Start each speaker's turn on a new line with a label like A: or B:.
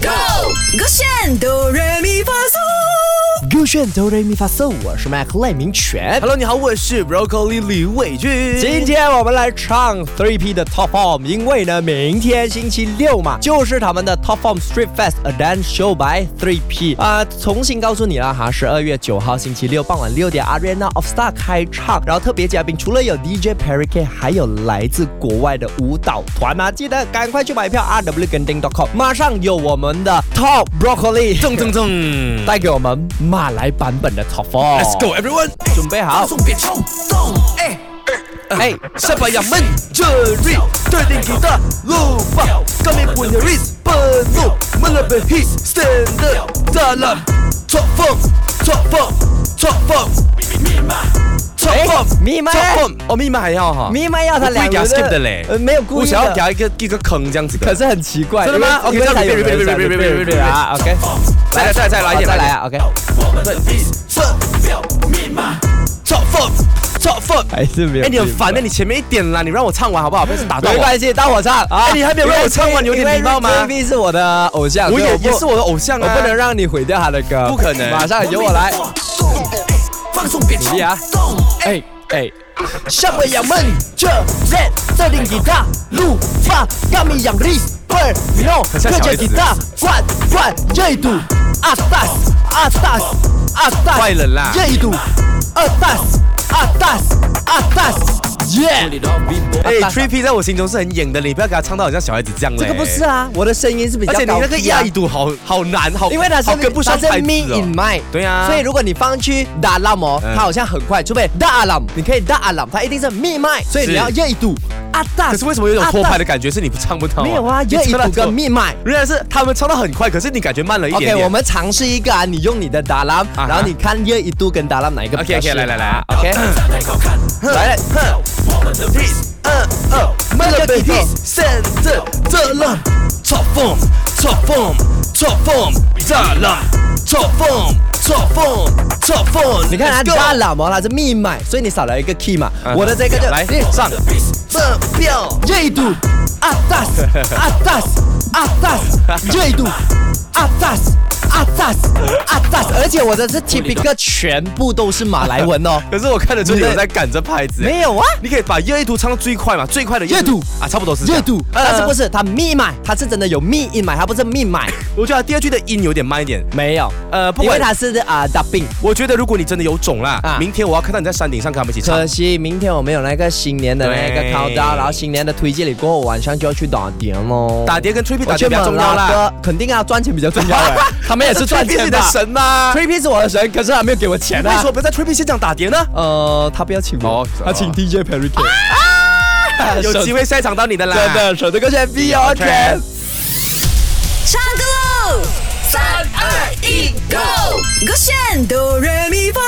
A: Go，勾选哆来咪发嗦。
B: 勾选哆瑞咪发嗦，我是麦克赖明全。
C: Hello，你好，我是 Broccoli 李伟俊。
B: 今天我们来唱 Three P 的 Top Form，因为呢，明天星期六嘛，就是他们的 Top Form Street Fest A Dance Show by Three P 啊、重新告诉你啦哈，十二月九号星期六傍晚六点，Arena of Star 开唱，然后特别嘉宾除了有 DJ Perry K，还有来自国外的舞蹈团啊，记得赶快去买票 rw 跟 ding.com，马上有我们的 Top Broccoli
C: 蹭蹭蹭
B: 带给我们马来版本的 Top Form。
C: ，Let's go everyone，
B: 准备好，
C: 别冲动，哎
B: 哎。
C: 下巴要闷着力，对定你的路吧，高明滚的 risk 不怒，闷了被 his stand up，大浪，错峰，错峰，错峰，错
B: 哎
C: 峰，
B: 密码
C: 错峰，哦，密码还要哈，
B: 明白要他
C: 我故
B: 两
C: 意给他
B: 个
C: skip 的嘞
B: 呃，没有故
C: 我
B: 意
C: 想要
B: 的
C: 给。他一个一个坑这样子的，
B: 可是很奇怪，
C: 真的吗
B: 因为因
C: OK，
B: 为才有人
C: 这样别别别别别别别别
B: 啊，OK，
C: 再来再来再来一点
B: 好再来啊
C: 来
B: ，OK，
C: 我们的 risk 射标密码，错峰，错峰，
B: 还是没有。
C: 哎，你很烦的，你前面一点啦，你让我唱完好不好？不要是打断
B: 没
C: 我。
B: 关系，当我唱啊
C: 哎你还没有让我唱完你有点礼貌吗
B: t v 是我的偶像，
C: 我
B: 所以
C: 也
B: 不
C: 也是我的偶像
B: 我
C: 啊，
B: 不能让你毁掉他的歌，
C: 不可能
B: 马上由我来，
C: 放松，别
B: 努力啊，哎哎，
C: 下回要闷着练，这里吉他路发，高明养力 burn no，
B: 像小孩子
C: 转转热度，阿达阿达阿达，坏人啦，热度，阿达阿达阿达。耶！哎，Three P 在我心中是很演的，你不要给他唱到好像小孩子这样嘞。
B: 这个不是啊，我的声音是比较高
C: 而且
B: 级
C: 你
B: 啊，
C: 那个压抑度好好难，好
B: 因为它是
C: 好跟不上
B: 它
C: 拍
B: 是
C: 子
B: me in
C: 哦。
B: mind，
C: 对啊
B: 所以如果你放去 da lam 哦，
C: 嗯
B: 它好像很快，除非 da lam，你可以 da lam，它一定是 me mind，所以
C: 是
B: 你要热一度啊 da，
C: 可是为什么有种拖拍的
B: 啊
C: 感觉？是你不唱不
B: da，
C: 到、
B: 没有啊，
C: 你
B: 热一
C: 唱到
B: 度跟
C: 错
B: me mind。
C: 原来是他们唱的很快，可是你感觉慢了一点
B: OK，
C: 点。
B: 我们尝试一个啊，你用你的 da lam，
C: 哈
B: 然后你看热一度跟 da lam 哪一个比较
C: OK OK
B: 适合
C: 来来来
B: ，OK，来来，
C: 慢了 baby，甚至这浪错峰错峰错峰这浪错峰错峰错峰。
B: 你看它
C: Let's go 嗯
B: da lam 哦，它是 me mind，所以你少了一个 key 嘛，我的这个就
C: 来
B: 你
C: 上这票
B: 热一度啊 das 啊 das 啊 das 热一度啊 das 啊 das 啊 das，而且我的是 typical 全部都是马来文 哦，
C: 可是我看得出你有在赶着拍子。
B: 没有啊。
C: 你可以把热一度唱到最快嘛，最快的
B: 热度
C: 啊，差不多是这样
B: 热度，
C: 呃
B: 但是不是它密码，它是真的有密音买，它不是密码，
C: 我觉得它第二句的音有点慢一点。
B: 没有，
C: 呃，不
B: 因为
C: 管
B: 它是啊 dubbing。
C: 我觉得如果你真的有种啦，
B: 啊
C: 明天我要看到你在山顶上跟他们一起唱
B: 可。惜明天我们有那个新年的那个
C: 对
B: countdown，然后新年的推荐里过后晚上就要去打碟喽。
C: 打碟跟 t r i p 打
B: 我
C: 碟
B: 去
C: 比较重要
B: 马
C: 啦。
B: 拉哥，肯定啊，赚钱比较重要哎。 他们也是赚
C: Trippy 是
B: 钱
C: 你的
B: 吧
C: 神吗？
B: t r i p 是我的神，可是他没有给我钱
C: 为
B: 啊
C: 什。么不在 t r i p 现场打碟呢？
B: 呃，他不要请我
C: 哦，
B: 他请 DJ Perry K。
C: 有机
B: 会
C: 会下一场到你的啦。
B: 哎真的，手这个选 B O 全。
A: 唱歌喽！三二一，Go！勾选哆来咪发